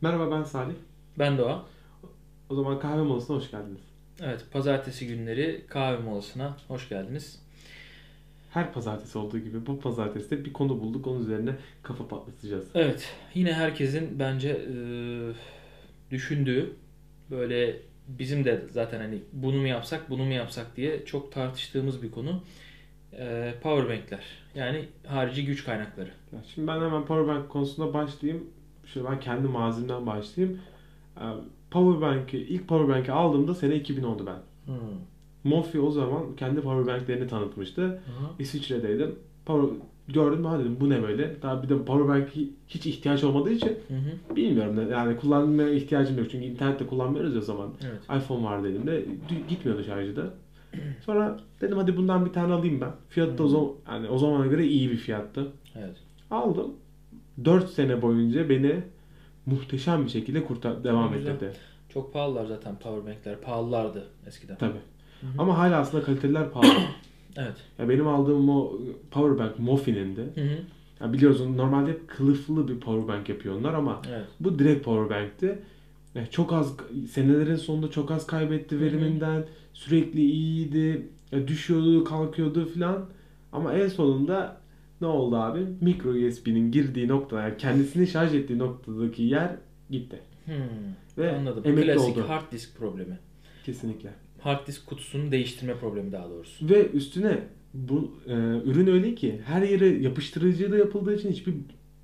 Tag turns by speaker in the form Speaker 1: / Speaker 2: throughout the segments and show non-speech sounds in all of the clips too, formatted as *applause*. Speaker 1: Merhaba ben Salih.
Speaker 2: Ben Doğa.
Speaker 1: O zaman kahve molasına hoş geldiniz.
Speaker 2: Evet, pazartesi günleri kahve molasına hoş geldiniz.
Speaker 1: Her pazartesi olduğu gibi bu pazartesi de bir konu bulduk. Onun üzerine kafa patlatacağız.
Speaker 2: Evet, yine herkesin bence e, düşündüğü böyle bizim de zaten hani bunu mu yapsak bunu mu yapsak diye çok tartıştığımız bir konu e, powerbankler. Yani harici güç kaynakları.
Speaker 1: Ya Şimdi ben hemen powerbank konusunda başlayayım. Şöyle ben kendi mazimden başlayayım. Ee, Powerbank'i, ilk powerbank'i aldığımda sene 2000 oldu ben. Hmm. Mofi o zaman kendi powerbanklerini tanıtmıştı. İsviçre'deydim. Power, gördüm ha dedim bu ne böyle. Daha bir de powerbank'e hiç ihtiyaç olmadığı için
Speaker 2: Hı hı.
Speaker 1: bilmiyorum. da, Yani kullanmaya ihtiyacım yok. Çünkü internette kullanmıyoruz ya o zaman.
Speaker 2: Evet.
Speaker 1: iPhone vardı elimde. Dü- Gitmiyordu şarjı da. Sonra dedim hadi bundan bir tane alayım ben. Fiyat da o zaman yani o zamana göre iyi bir fiyattı.
Speaker 2: Evet.
Speaker 1: Aldım. 4 sene boyunca beni muhteşem bir şekilde kurtar devam
Speaker 2: Güzel.
Speaker 1: ettirdi.
Speaker 2: Çok pahalılar zaten powerbankler. Pahalılardı eskiden.
Speaker 1: Tabii. Ama hala aslında kaliteliler pahalı.
Speaker 2: Evet.
Speaker 1: ya benim aldığım o powerbank Mofin'indi.
Speaker 2: Hı hı.
Speaker 1: Ya biliyorsun normalde hep kılıflı bir powerbank yapıyor onlar ama
Speaker 2: Evet.
Speaker 1: bu direkt powerbank'ti. Ya çok az senelerin sonunda çok az kaybetti veriminden. Sürekli iyiydi. Ya düşüyordu, kalkıyordu filan. Ama en sonunda ne oldu abi? Micro USB'nin girdiği nokta, yani kendisini şarj ettiği noktadaki yer gitti.
Speaker 2: Hmm.
Speaker 1: Ve
Speaker 2: Anladım.
Speaker 1: emekli
Speaker 2: Klasik
Speaker 1: oldu.
Speaker 2: hard disk problemi.
Speaker 1: Kesinlikle.
Speaker 2: Hard disk kutusunu değiştirme problemi daha doğrusu.
Speaker 1: Ve üstüne bu e, ürün öyle ki her yere yapıştırıcı da yapıldığı için hiçbir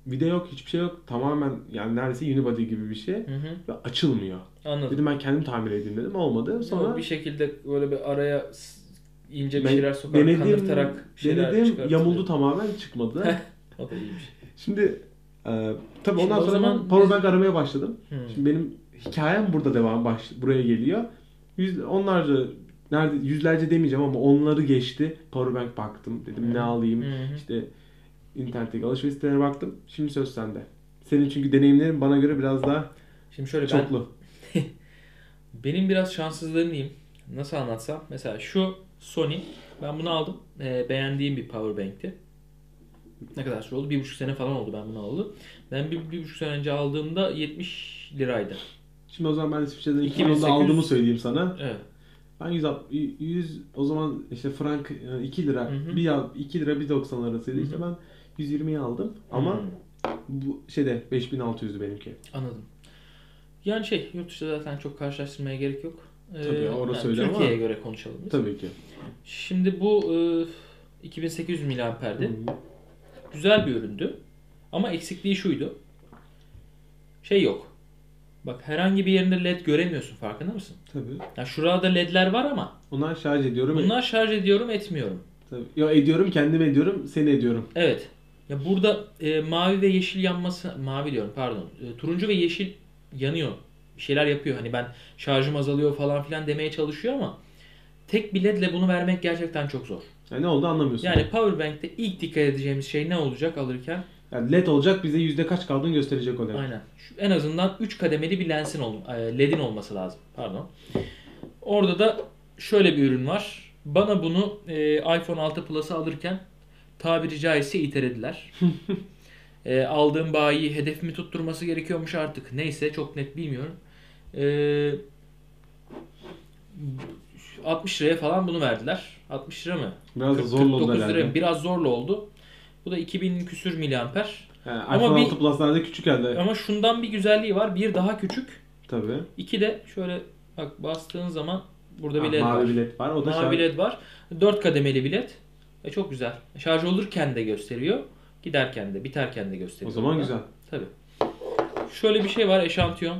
Speaker 1: vida yok, hiçbir şey yok. Tamamen yani neredeyse unibody gibi bir şey.
Speaker 2: Hı hı.
Speaker 1: Ve açılmıyor.
Speaker 2: Anladım.
Speaker 1: Dedim ben kendim tamir edeyim dedim. Olmadı. Sonra
Speaker 2: Sonra bir şekilde böyle bir araya s- ince bir
Speaker 1: Ben
Speaker 2: şeyler sokarak kanırtarak bir şeyler
Speaker 1: denedim
Speaker 2: çıkartılıyor.
Speaker 1: yamuldu tamamen çıkmadı.
Speaker 2: O da iyiymiş.
Speaker 1: Şimdi e, tabii
Speaker 2: Şimdi
Speaker 1: ondan
Speaker 2: o
Speaker 1: sonra
Speaker 2: zaman
Speaker 1: ben powerbank aramaya başladım.
Speaker 2: Hmm.
Speaker 1: Şimdi benim hikayem burada devam baş, buraya geliyor. Yüz, onlarca nerede yüzlerce demeyeceğim ama onları geçti. Powerbank baktım dedim ne alayım.
Speaker 2: Hı hı.
Speaker 1: İşte internetteki alışveriş sitelerine baktım. Şimdi söz sende. Senin çünkü deneyimlerin bana göre biraz daha
Speaker 2: Şimdi şöyle ben,
Speaker 1: çoklu.
Speaker 2: benim biraz şanssızlığım diyeyim. Nasıl anlatsam? Mesela şu Sony. Ben bunu aldım. Ee, beğendiğim bir powerbank'ti. Ne kadar süre oldu? Bir buçuk sene falan oldu ben bunu aldım. Ben bir, bir buçuk sene önce aldığımda 70 liraydı.
Speaker 1: Şimdi o zaman ben İsviçre'den
Speaker 2: 2800
Speaker 1: 2000'de aldığımı söyleyeyim sana.
Speaker 2: Evet.
Speaker 1: Ben 100, 100 o zaman işte frank e, 2 lira,
Speaker 2: Hı hı.
Speaker 1: bir al- 2 lira 1.90 arasıydı.
Speaker 2: Hı hı.
Speaker 1: İşte ben 120'ye aldım ama
Speaker 2: Hmm.
Speaker 1: bu şeyde 5600'dü benimki.
Speaker 2: Anladım. Yani şey yurt dışı zaten çok karşılaştırmaya gerek yok. Ee,
Speaker 1: Tabii, orası
Speaker 2: yani
Speaker 1: öyle ama-
Speaker 2: Türkiye'ye göre konuşalım biz.
Speaker 1: Tabii ki.
Speaker 2: Şimdi bu e, 2800 miliamperdi. Güzel bir üründü. Ama eksikliği şuydu. Şey yok. Bak herhangi bir yerinde led göremiyorsun farkında mısın?
Speaker 1: Tabii.
Speaker 2: Ya şurada ledler var ama
Speaker 1: Onlar şarj ediyorum.
Speaker 2: bunlar şarj ediyorum etmiyorum.
Speaker 1: Tabii. Ya ediyorum, kendim ediyorum, seni ediyorum.
Speaker 2: Evet. Ya burada e, mavi ve yeşil yanması mavi diyorum pardon. E, turuncu ve yeşil yanıyor. Bir şeyler yapıyor. Hani ben şarjım azalıyor falan filan demeye çalışıyor ama tek bir ledle bunu vermek gerçekten çok zor.
Speaker 1: Yani ne oldu anlamıyorsun. Yani,
Speaker 2: Yani powerbank'te ilk dikkat edeceğimiz şey ne olacak alırken?
Speaker 1: led olacak bize yüzde kaç kaldığını gösterecek o led.
Speaker 2: Aynen. Şu, en azından 3 kademeli bir lensin ol, e, ledin olması lazım. Pardon. Orada da şöyle bir ürün var. Bana bunu e, iPhone 6 Plus'ı alırken tabiri
Speaker 1: *laughs*
Speaker 2: caizse itelediler. e, aldığım bayi hedefimi tutturması gerekiyormuş artık. Neyse çok net bilmiyorum. E, 60 liraya falan bunu verdiler. 60 lira mı?
Speaker 1: Biraz da
Speaker 2: 40,
Speaker 1: zorla oldu
Speaker 2: 49 lira
Speaker 1: herhalde.
Speaker 2: mı? Biraz zorlu oldu. Bu da 2000 küsür miliamper.
Speaker 1: Yani
Speaker 2: Ama
Speaker 1: iPhone
Speaker 2: bir-
Speaker 1: 6 Plus'larda küçük elde.
Speaker 2: Ama şundan bir güzelliği var. Bir daha küçük.
Speaker 1: Tabii.
Speaker 2: İki de şöyle bak bastığın zaman burada
Speaker 1: Ha,
Speaker 2: bir led var.
Speaker 1: mavi bir led var. O da
Speaker 2: Mavi
Speaker 1: şarj.
Speaker 2: led var. Dört kademeli bir led. E, çok güzel. Şarj olurken de gösteriyor. Giderken de, biterken de gösteriyor.
Speaker 1: O zaman
Speaker 2: Burada.
Speaker 1: güzel.
Speaker 2: Tabii. Şöyle bir şey var eşantiyon.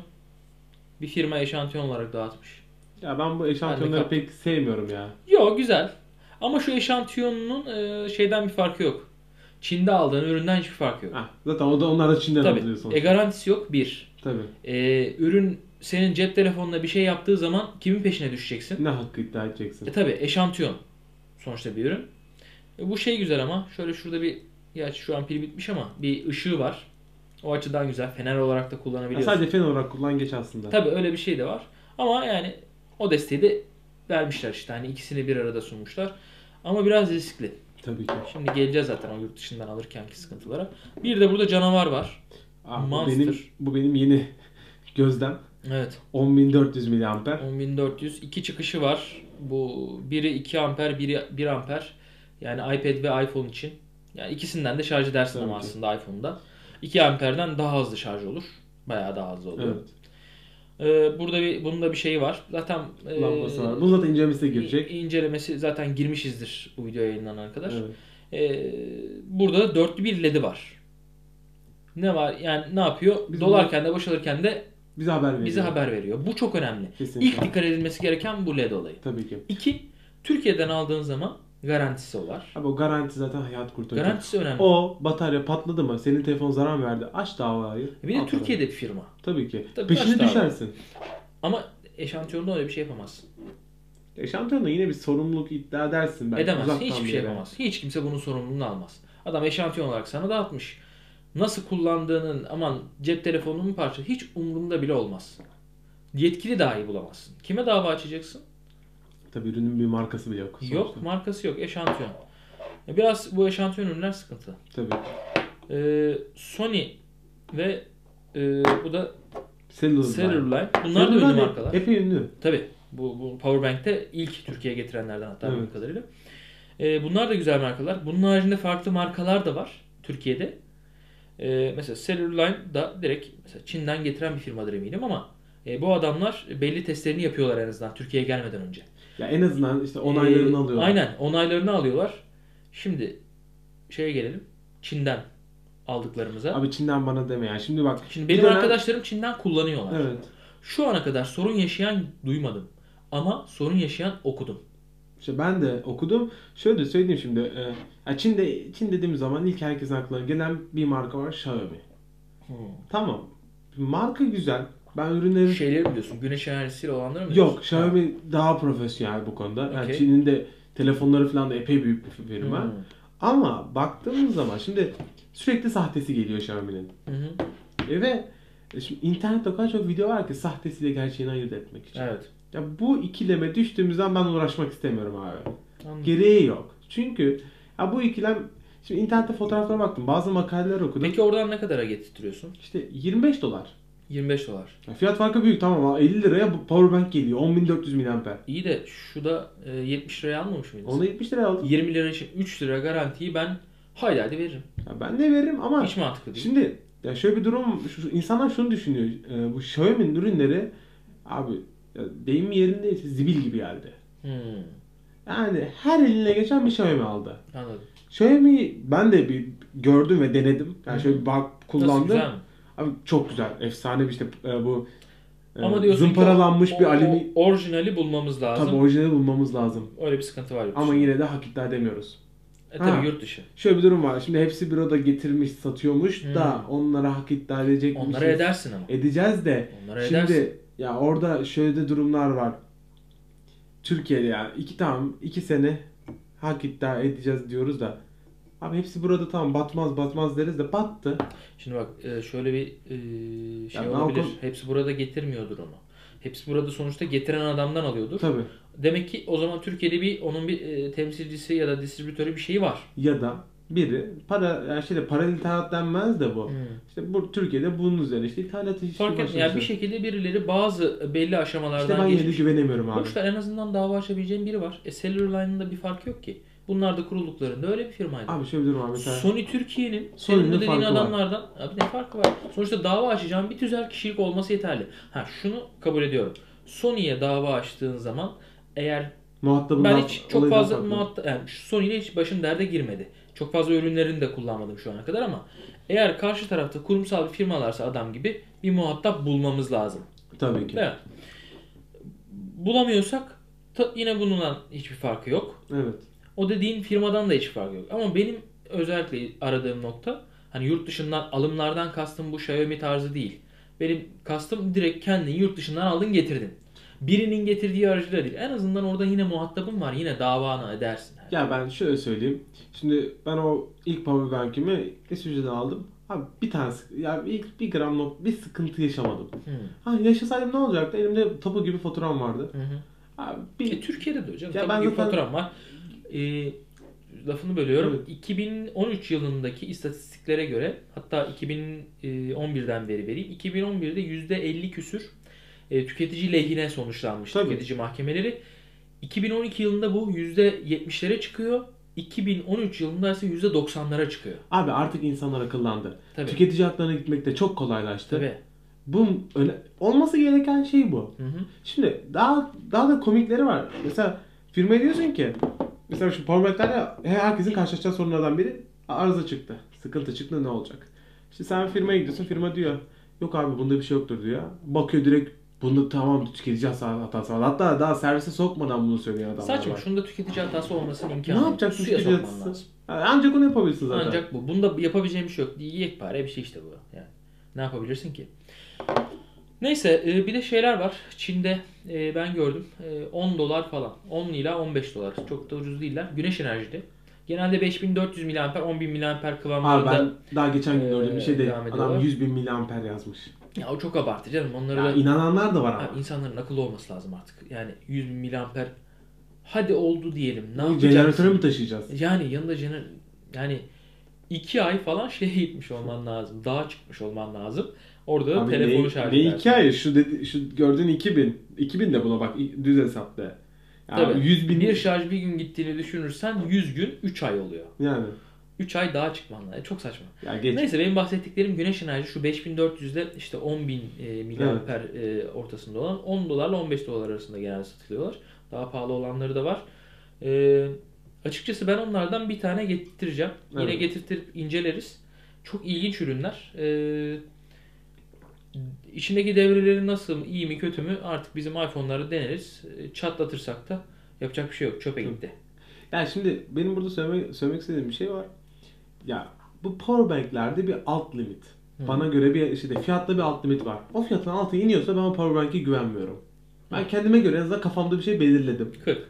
Speaker 2: Bir firma eşantiyon olarak dağıtmış.
Speaker 1: Ya ben bu eşantiyonları
Speaker 2: kaptım.
Speaker 1: pek sevmiyorum ya.
Speaker 2: Yo güzel. Ama şu eşantiyonunun e, şeyden bir farkı yok. Çin'de aldığın üründen hiçbir farkı yok.
Speaker 1: Hah, zaten o da onlar da Çin'den alıyor
Speaker 2: Tabii. E
Speaker 1: sonuçta.
Speaker 2: garantisi yok bir.
Speaker 1: Tabii.
Speaker 2: E, ürün senin cep telefonuna bir şey yaptığı zaman kimin peşine düşeceksin?
Speaker 1: Ne hakkı iddia edeceksin?
Speaker 2: E tabi eşantiyon sonuçta bir ürün. E, bu şey güzel ama şöyle şurada bir gerçi şu an pil bitmiş ama bir ışığı var. O açıdan güzel. Fener olarak da
Speaker 1: Ya
Speaker 2: kullanabiliyorsun.
Speaker 1: sadece fen olarak kullan geç aslında.
Speaker 2: Tabi öyle bir şey de var. Ama yani o desteği de vermişler işte. Hani ikisini bir arada sunmuşlar. Ama biraz riskli.
Speaker 1: Tabii ki.
Speaker 2: Şimdi geleceğiz zaten o yurt dışından alırkenki sıkıntılara. Bir de burada canavar var.
Speaker 1: Ah, bu
Speaker 2: Monster.
Speaker 1: benim bu benim yeni *laughs* gözlem.
Speaker 2: Evet.
Speaker 1: 10.400 miliamper.
Speaker 2: 10400 iki çıkışı var. Bu biri 2 amper, biri 1 amper. Yani iPad ve iPhone için. Yani ikisinden de şarj edersin ama
Speaker 1: Tabii ki.
Speaker 2: aslında iPhone'da. 2 amperden daha hızlı şarj olur. Bayağı daha hızlı oluyor.
Speaker 1: Evet.
Speaker 2: Ee, burada bir bunun da bir şeyi var. Zaten e,
Speaker 1: Lambası var. Bunu zaten incelemesine girecek.
Speaker 2: in- incelemesi zaten girmişizdir bu video yayınlanana kadar.
Speaker 1: Evet.
Speaker 2: Ee, burada dörtlü bir LED'i var. Ne var? Yani ne yapıyor?
Speaker 1: Biz
Speaker 2: Dolarken de boşalırken de
Speaker 1: Bize haber veriyor.
Speaker 2: bize haber veriyor. Bu çok önemli.
Speaker 1: Kesinlikle.
Speaker 2: İlk dikkat edilmesi gereken bu LED olayı.
Speaker 1: Tabii ki.
Speaker 2: İki, Türkiye'den aldığın zaman garantisi var.
Speaker 1: Abi o garanti zaten hayat kurtaracak.
Speaker 2: Garantisi önemli.
Speaker 1: O batarya patladı mı? Senin telefon zarar verdi. Aç davayı.
Speaker 2: E bir de
Speaker 1: Al
Speaker 2: Türkiye'de bir firma.
Speaker 1: paranı. Tabii ki.
Speaker 2: Tabii, aç
Speaker 1: Peşine
Speaker 2: davayı.
Speaker 1: düşersin.
Speaker 2: Ama eşantiyonda öyle bir şey yapamazsın.
Speaker 1: Eşantiyonda E yine bir sorumluluk iddia edersin belki.
Speaker 2: Edemezsin.
Speaker 1: uzaktan
Speaker 2: Hiçbir
Speaker 1: bile.
Speaker 2: şey yapamaz. Hiç kimse bunun sorumluluğunu almaz. Adam eşantiyon olarak sana dağıtmış. Nasıl kullandığının aman cep telefonunun parça hiç umrunda bile olmaz. Yetkili dahi bulamazsın. Kime dava açacaksın?
Speaker 1: Tabii ürünün bir markası bile yok. sonuçta.
Speaker 2: Yok markası yok eşantiyon. E Biraz bu eşantiyon ürünler sıkıntı.
Speaker 1: Tabii.
Speaker 2: Ee, Sony ve e, bu da
Speaker 1: Cellular.
Speaker 2: Cellularline. Bunlar da ünlü markalar.
Speaker 1: Epey ünlü.
Speaker 2: Tabii. Bu, bu Powerbank'te ilk Türkiye'ye getirenlerden hatta
Speaker 1: Evet.
Speaker 2: bildiğim kadarıyla. Ee, bunlar da güzel markalar. Bunun haricinde farklı markalar da var Türkiye'de. Ee, mesela Cellularline da direkt mesela Çin'den getiren bir firmadır eminim ama e, bu adamlar belli testlerini yapıyorlar en azından Türkiye'ye gelmeden önce.
Speaker 1: Ya en azından işte onaylarını
Speaker 2: Ee,
Speaker 1: alıyorlar.
Speaker 2: Aynen onaylarını alıyorlar. Şimdi şeye gelelim. Çin'den aldıklarımıza.
Speaker 1: Abi Çin'den bana deme ya. Şimdi bak.
Speaker 2: Şimdi
Speaker 1: bir
Speaker 2: benim
Speaker 1: dönem-
Speaker 2: arkadaşlarım Çin'den kullanıyorlar.
Speaker 1: Evet.
Speaker 2: Şu ana kadar sorun yaşayan duymadım. Ama sorun yaşayan okudum.
Speaker 1: İşte ben de okudum. Şöyle söyleyeyim şimdi. e, ya Çin'de Çin dediğim zaman ilk herkesin aklına gelen bir marka var Xiaomi. Tamam. Marka güzel. Ben ürünleri
Speaker 2: Hmm. Şeyleri biliyorsun. Güneş enerjisiyle olanları mı
Speaker 1: Yok,
Speaker 2: biliyorsun?
Speaker 1: Xiaomi daha profesyonel bu konuda. Yani
Speaker 2: Okey. Hmm.
Speaker 1: Çin'in de telefonları falan da epey büyük bir
Speaker 2: Ha.
Speaker 1: firma. Ama baktığımız zaman şimdi sürekli sahtesi geliyor Xiaomi'nin.
Speaker 2: Hı hı.
Speaker 1: E ve şimdi internette o kadar çok video var ki sahtesiyle gerçeğini ayırt etmek için.
Speaker 2: Evet.
Speaker 1: Ya bu ikileme düştüğümüzden ben uğraşmak istemiyorum abi.
Speaker 2: Anladım.
Speaker 1: Gereği yok. Çünkü ya bu ikilem şimdi internette fotoğraflara baktım. Bazı makaleler okudum.
Speaker 2: Peki oradan ne kadara getiriyorsun?
Speaker 1: İşte 25 dolar.
Speaker 2: 25 dolar.
Speaker 1: Ya fiyat farkı büyük tamam ama 50 liraya bu powerbank geliyor. 10.400 mAh.
Speaker 2: İyi de şu da e, 70 liraya almamış mıydın?
Speaker 1: Onu 70 liraya aldım.
Speaker 2: 20 lira için 3 lira garantiyi ben haydi hadi veririm.
Speaker 1: Ya ben de veririm ama
Speaker 2: Hiç mantıklı değil.
Speaker 1: Şimdi ya şöyle bir durum, şu, şu- insanlar şunu düşünüyor. e, bu Xiaomi'nin ürünleri abi ya deyim yerindeyse zibil gibi geldi.
Speaker 2: Hmm,
Speaker 1: Yani her eline geçen bir Xiaomi aldı.
Speaker 2: anladım.
Speaker 1: Xiaomi'yi ben de bir gördüm ve denedim. Yani şöyle bir bak
Speaker 2: Nasıl
Speaker 1: kullandım.
Speaker 2: güzel mi?
Speaker 1: Abi çok güzel. Efsane bir işte e, bu e,
Speaker 2: Ama diyorsun ki
Speaker 1: zımparalanmış
Speaker 2: o-
Speaker 1: bir
Speaker 2: o
Speaker 1: alümi
Speaker 2: Orijinali bulmamız lazım.
Speaker 1: tabii orijinali bulmamız lazım.
Speaker 2: Öyle bir sıkıntı var. yurt
Speaker 1: Ama
Speaker 2: dışında.
Speaker 1: yine de hak iddia edemiyoruz.
Speaker 2: E tabii
Speaker 1: Ha.
Speaker 2: yurt dışı.
Speaker 1: Şöyle bir durum var. Şimdi hepsi büroda getirmiş, satıyormuş da
Speaker 2: Hmm.
Speaker 1: onlara hak iddia edecek şey
Speaker 2: Onlara edersin ama.
Speaker 1: edeceğiz de
Speaker 2: Onlara
Speaker 1: Şimdi
Speaker 2: edersin.
Speaker 1: ya orada şöyle de durumlar var. Türkiye'de ya iki tam iki sene hak iddia edeceğiz diyoruz da abi hepsi burada tamam batmaz batmaz deriz de battı.
Speaker 2: Şimdi bak e, şöyle bir e, şey
Speaker 1: Ya ben
Speaker 2: olabilir.
Speaker 1: okul-
Speaker 2: Hepsi burada getirmiyordur onu. Hepsi burada sonuçta getiren adamdan alıyordur.
Speaker 1: Tabii.
Speaker 2: Demek ki o zaman Türkiye'de bir onun bir e, temsilcisi ya da distribütörü bir şeyi var.
Speaker 1: Ya da biri para yani şeyde paralel ithalat denmez de bu. İşte bu Türkiye'de bunun üzerine işte ithalat işi
Speaker 2: Fark etmiyor. Yani bir
Speaker 1: başlamış.
Speaker 2: şekilde birileri bazı e, belli
Speaker 1: İşte
Speaker 2: aşamalardan
Speaker 1: ben yeni
Speaker 2: geçmiş.
Speaker 1: güvenemiyorum abi.
Speaker 2: Boşta en azından dava açabileceğin biri var. E Cellularine'ın da bir farkı yok ki. Bunlar da kurulduklarında öyle bir firmaydı.
Speaker 1: Abi şöyle bir durum var mesela.
Speaker 2: Sony Türkiye'nin
Speaker 1: Sony'nin
Speaker 2: senin bu dediğin
Speaker 1: farkı var.
Speaker 2: adamlardan abi ne farkı var? Sonuçta dava açacağın bir tüzel kişilik olması yeterli. Ha şunu kabul ediyorum. Sony'ye dava açtığın zaman eğer
Speaker 1: Muhatabından
Speaker 2: ben hiç çok
Speaker 1: olayından
Speaker 2: fazla
Speaker 1: farklı.
Speaker 2: muhatta yani şu Sony ile hiç başım derde girmedi. Çok fazla ürünlerini de kullanmadım şu ana kadar ama eğer karşı tarafta kurumsal bir firmalarsa adam gibi bir muhatap bulmamız lazım.
Speaker 1: Tabii ki.
Speaker 2: Değil mi? Bulamıyorsak ta- yine bununla hiçbir farkı yok.
Speaker 1: Evet.
Speaker 2: O dediğin firmadan da hiç farkı yok. Ama benim özellikle aradığım nokta hani yurt dışından alımlardan kastım bu Xiaomi tarzı değil. Benim kastım direkt kendin yurt dışından aldın getirdin. Birinin getirdiği aracıyla değil. En azından orada yine muhatabın var. Yine davana edersin.
Speaker 1: Ya ben şöyle söyleyeyim. Şimdi ben o ilk power bank'imi İsviçre'den aldım. Abi bir tane sık- ya ilk bir gram nok- bir sıkıntı yaşamadım.
Speaker 2: Hı.
Speaker 1: Ha yaşasaydım ne olacaktı? Elimde topu gibi faturam vardı.
Speaker 2: Hı hı.
Speaker 1: Abi
Speaker 2: E,
Speaker 1: bir
Speaker 2: Türkiye'de de hocam.
Speaker 1: Ya
Speaker 2: Tabii
Speaker 1: ben
Speaker 2: ki
Speaker 1: zaten-
Speaker 2: faturam var. Ee, lafını bölüyorum. 2013 yılındaki istatistiklere göre hatta 2011'den beri vereyim. 2011'de %50 küsür e, tüketici lehine sonuçlanmış
Speaker 1: Tabii.
Speaker 2: tüketici mahkemeleri. 2012 yılında bu %70'lere çıkıyor. 2013 yılında ise %90'lara çıkıyor.
Speaker 1: Abi artık insanlar akıllandı.
Speaker 2: Tabii.
Speaker 1: Tüketici haklarına gitmek de çok kolaylaştı.
Speaker 2: Tabii.
Speaker 1: Bu öne- olması gereken şey bu.
Speaker 2: Hı hı.
Speaker 1: Şimdi daha daha da komikleri var. Mesela firmaya diyorsun ki mesela şu powerbanklerle herkesin karşılaşacağı sorunlardan biri arıza çıktı. Sıkıntı çıktı ne olacak? İşte sen firmaya gidiyorsun firma diyor yok abi bunda bir şey yoktur diyor. Bakıyor direkt bunda tamam tüketici hata- hatası var. Hatta daha servise sokmadan bunu söylüyor adamlar.
Speaker 2: Saçma.
Speaker 1: var.
Speaker 2: Şunda tüketici hatası olmasının imkanı
Speaker 1: Ne
Speaker 2: yok.
Speaker 1: yapacaksın
Speaker 2: Suya
Speaker 1: tüketici
Speaker 2: sokman
Speaker 1: hatası?
Speaker 2: lazım.
Speaker 1: Yani ancak onu yapabilirsin zaten.
Speaker 2: Ancak bu. Bunda yapabileceğim bir şey yok. Yekpare bir şey işte bu. Yani ne yapabilirsin ki? Neyse e, bir de şeyler var. Çin'de e, ben gördüm e, 10 dolar falan. 10 ila 15 dolar. Çok da ucuz değiller. Güneş enerjili. Genelde 5400 mAh, 10000 mAh
Speaker 1: Abi
Speaker 2: kıvamlarında.
Speaker 1: ben daha geçen gün
Speaker 2: Ee,
Speaker 1: gördüm bir şey de
Speaker 2: devam ediyorlar.
Speaker 1: adam 100 bin miliamper yazmış.
Speaker 2: Ya o çok abartı canım. Onları
Speaker 1: Ya
Speaker 2: da
Speaker 1: inananlar da var ama.
Speaker 2: Ya insanların akıllı olması lazım artık. Yani 100 bin miliamper hadi oldu diyelim. Ne
Speaker 1: Bu
Speaker 2: yapacaksın?
Speaker 1: jeneratöre mi taşıyacağız?
Speaker 2: Yani yanında jener yani iki ay falan şeye gitmiş olman lazım. Dağa çıkmış olman lazım. Orada da
Speaker 1: Abi
Speaker 2: telefonu
Speaker 1: ne,
Speaker 2: şarj
Speaker 1: ne
Speaker 2: edersin.
Speaker 1: iki ay? Şu, dedi, şu gördüğün 2000. 2000 de buna bak i- düz hesapla. Ya
Speaker 2: Tabii.
Speaker 1: 100 bin.
Speaker 2: Bir şarj bir gün gittiğini düşünürsen 100 gün 3 ay oluyor.
Speaker 1: yani.
Speaker 2: 3 ay dağa çıkman lazım. E, Çok saçma.
Speaker 1: Ya geç.
Speaker 2: Neyse benim bahsettiklerim güneş enerji şu 5400'de işte 10.000 e, miliamper e, ortasında olan 10 dolarla 15 dolar arasında genelde satılıyorlar. Daha pahalı olanları da var. E, açıkçası ben onlardan bir tane getireceğim. Yine
Speaker 1: Evet.
Speaker 2: getirtip inceleriz. Çok ilginç ürünler. E, içindeki devreleri nasıl, iyi mi kötü mü artık bizim iPhone'ları deneriz. E, Çatlatırsak da yapacak bir şey yok. Çöpe
Speaker 1: Tabii.
Speaker 2: gitti.
Speaker 1: Ya şimdi benim burada söylemek, söylemek istediğim bir şey var. Ya bu powerbanklerde bir alt limit.
Speaker 2: Hı.
Speaker 1: Bana göre bir şeyde fiyatta bir alt limit var. O fiyatın altı iniyorsa ben o powerbank'e güvenmiyorum. Ben kendime göre en azından kafamda bir şey belirledim.
Speaker 2: 40.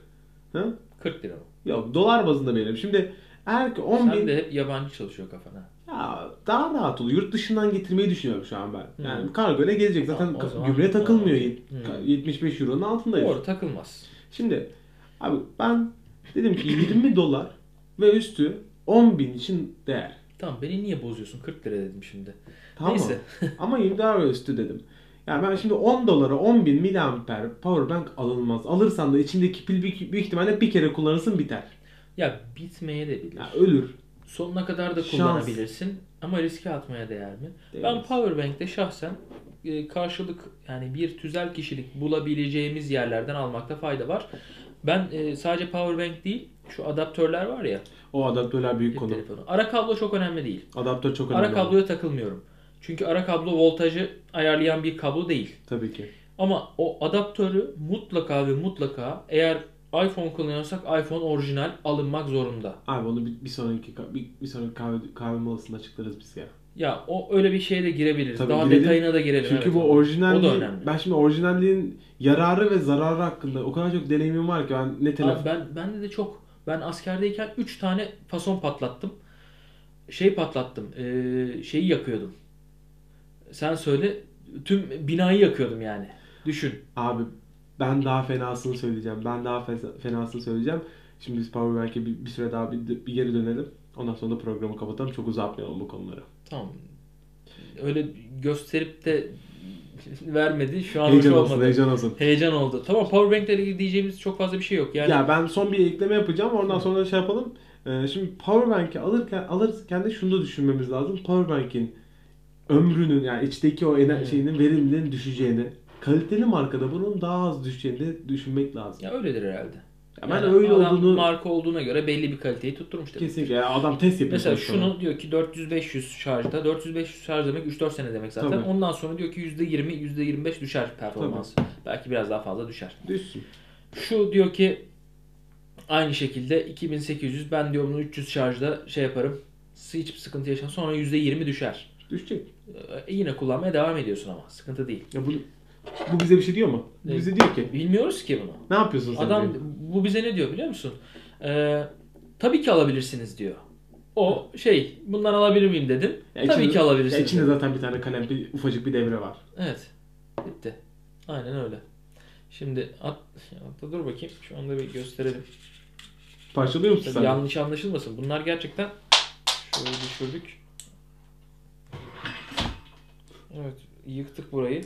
Speaker 1: Hı?
Speaker 2: 40 lira. bu.
Speaker 1: Yok dolar bazında belirledim. Şimdi eğer ki 10
Speaker 2: Sen
Speaker 1: bin
Speaker 2: de hep yabancı çalışıyor kafana.
Speaker 1: Ya daha rahat olur. Yurt dışından getirmeyi düşünüyorum şu an ben.
Speaker 2: Hı.
Speaker 1: Yani kargo ile gelecek. Zaten
Speaker 2: Tamam, o
Speaker 1: ka-
Speaker 2: zaman-
Speaker 1: gümrüğe takılmıyor.
Speaker 2: Hı.
Speaker 1: Yet- ka- 75 euronun altındayız.
Speaker 2: Doğru takılmaz.
Speaker 1: Şimdi abi ben dedim ki 20 dolar ve üstü 10 bin için değer.
Speaker 2: Tamam beni niye bozuyorsun? 40 lira dedim şimdi.
Speaker 1: Tamam mı?
Speaker 2: Neyse.
Speaker 1: *laughs*
Speaker 2: *laughs*
Speaker 1: Ama 20 dolar ve üstü dedim. Yani ben şimdi 10 dolara 10 bin miliamper powerbank alınmaz. Alırsan da içindeki pil büyük, büyük ihtimalle bir kere kullanırsın biter.
Speaker 2: Ya bitmeye de bilir.
Speaker 1: Ya ölür.
Speaker 2: Sonuna kadar da
Speaker 1: Şans.
Speaker 2: kullanabilirsin. Ama riske atmaya değer mi? Ben
Speaker 1: Değmez.
Speaker 2: Powerbank'te şahsen e, karşılık yani bir tüzel kişilik bulabileceğimiz yerlerden almakta fayda var. Ben e, sadece Powerbank değil şu adaptörler var ya
Speaker 1: O adaptörler büyük
Speaker 2: cep
Speaker 1: konu.
Speaker 2: telefonu. Ara kablo çok önemli değil.
Speaker 1: Adaptör çok önemli.
Speaker 2: Ara kabloya takılmıyorum. Çünkü ara kablo voltajı ayarlayan bir kablo değil.
Speaker 1: Tabii ki.
Speaker 2: Ama o adaptörü mutlaka ve mutlaka eğer iPhone kullanıyorsak iPhone orijinal alınmak zorunda.
Speaker 1: Abi onu bir, bir sonraki ka- bir, bir sonraki kahve kahve molasında açıklarız biz ya.
Speaker 2: Ya o öyle bir şeye de girebiliriz.
Speaker 1: Tabii
Speaker 2: Daha
Speaker 1: girelim.
Speaker 2: detayına da girelim.
Speaker 1: Çünkü
Speaker 2: evet.
Speaker 1: bu orijinal
Speaker 2: O da önemli.
Speaker 1: ben şimdi orijinalliğin yararı ve zararı hakkında o kadar çok deneyimim var ki ben ne telefon.
Speaker 2: Abi ben bende de çok ben askerdeyken 3 tane fason patlattım. Şey patlattım. eee, şeyi yakıyordum. Sen söyle. Tüm binayı yakıyordum yani. Düşün.
Speaker 1: Abi ben daha fenasını söyleyeceğim. Ben daha fe- fenasını söyleyeceğim. Şimdi biz Powerbank'e bir, bir süre daha bir, bir geri dönelim. Ondan sonra da programı kapatalım. Çok uzatmayalım bu konuları.
Speaker 2: Tamam. Öyle gösterip de *laughs* vermedi. Şu an hoş
Speaker 1: heyecan olsun,
Speaker 2: olmadı.
Speaker 1: heyecan olsun.
Speaker 2: Heyecan oldu. Tamam Powerbank'le ilgili diyeceğimiz çok fazla bir şey yok. Yani
Speaker 1: Ya ben son bir ekleme yapacağım. Ondan sonra şey yapalım. Ee, şimdi powerbank'i alırken alırken de şunu da düşünmemiz lazım. Powerbank'in ömrünün yani içteki o ener-
Speaker 2: Hmm.
Speaker 1: şeyinin verimliliğinin düşeceğini, kaliteli markada bunun daha az düşeceğini de düşünmek lazım.
Speaker 2: ya öyledir herhalde.
Speaker 1: Ya ben
Speaker 2: Yani
Speaker 1: öyle
Speaker 2: adam
Speaker 1: olduğunu
Speaker 2: marka olduğuna göre belli bir kaliteyi tutturmuş demek.
Speaker 1: kesinlikle ya adam test yapıyor.
Speaker 2: Mesela
Speaker 1: sonuçta.
Speaker 2: şunu diyor ki 400-500 şarjda. 400-500 şarj demek 3-4 sene demek zaten.
Speaker 1: Tabii.
Speaker 2: Ondan sonra diyor ki %20 %25 düşer performansı. Belki biraz daha fazla düşer.
Speaker 1: düşsün.
Speaker 2: Şu diyor ki aynı şekilde 2800 ben diyor bunu 300 şarjda şey yaparım. Hiçbir sıkıntı yaşamam. Sonra %20 düşer.
Speaker 1: Düşecek.
Speaker 2: Ee, yine kullanmaya devam ediyorsun ama. Sıkıntı değil.
Speaker 1: Ya bu bu bize bir şey diyor mu? Bu
Speaker 2: Ne?
Speaker 1: bize diyor ki
Speaker 2: Bilmiyoruz ki bunu.
Speaker 1: ne yapıyorsun sen?
Speaker 2: Adam
Speaker 1: diyor.
Speaker 2: bu bize ne diyor biliyor musun? Ee, tabii ki alabilirsiniz diyor. O şey bundan alabilir miyim dedim.
Speaker 1: Ya
Speaker 2: tabii
Speaker 1: içinde-
Speaker 2: ki
Speaker 1: Ya
Speaker 2: alabilirsiniz.
Speaker 1: içinde
Speaker 2: dedi.
Speaker 1: zaten bir tane kalem, bir ufacık bir devre var.
Speaker 2: Evet. Bitti. Aynen öyle. Şimdi at, atla dur bakayım. Şu anda bir gösterelim.
Speaker 1: Parçalıyor musun sen?
Speaker 2: Yanlış anlaşılmasın. Bunlar gerçekten şöyle düşürdük. Evet yıktık burayı.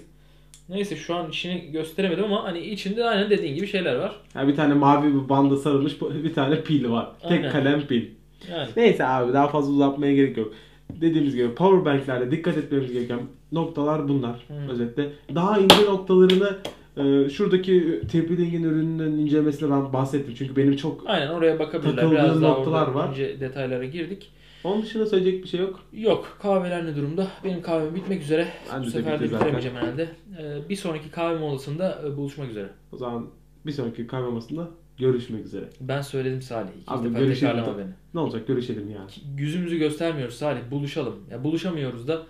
Speaker 2: Neyse şu an işini gösteremedim ama hani içinde aynen dediğin gibi şeyler var.
Speaker 1: Ha, bir tane mavi bir banda sarılmış *laughs* bir tane pil var. Tek
Speaker 2: Aynen.
Speaker 1: kalem pil.
Speaker 2: Yani
Speaker 1: Neyse abi daha fazla uzatmaya gerek yok. Dediğimiz gibi powerbanklerde dikkat etmemiz gereken noktalar bunlar
Speaker 2: Hmm.
Speaker 1: özetle. Daha ince noktalarını e, şuradaki Tepling'in ürününün incelemesine ben bahsettim. Çünkü benim çok...
Speaker 2: aynen oraya bakabilirler.
Speaker 1: Takıldığınız
Speaker 2: Biraz daha
Speaker 1: noktalar
Speaker 2: orada
Speaker 1: var.
Speaker 2: ince detaylara girdik.
Speaker 1: Onun dışında söyleyecek bir şey yok.
Speaker 2: Yok kahveler ne durumda? Benim kahvem bitmek üzere.
Speaker 1: Ben
Speaker 2: Bu
Speaker 1: de
Speaker 2: sefer de
Speaker 1: bitti zaten.
Speaker 2: bitiremeyeceğim herhalde. Ee, bir sonraki kahve molasında e, buluşmak üzere.
Speaker 1: O zaman bir sonraki kahve masasında görüşmek üzere.
Speaker 2: Ben söyledim Salih. İki
Speaker 1: Abi
Speaker 2: defa
Speaker 1: görüşelim
Speaker 2: tekrarlama
Speaker 1: de-
Speaker 2: beni.
Speaker 1: Ne olacak görüşelim yani.
Speaker 2: Ki- Yüzümüzü göstermiyoruz Salih. Buluşalım. Ya buluşamıyoruz da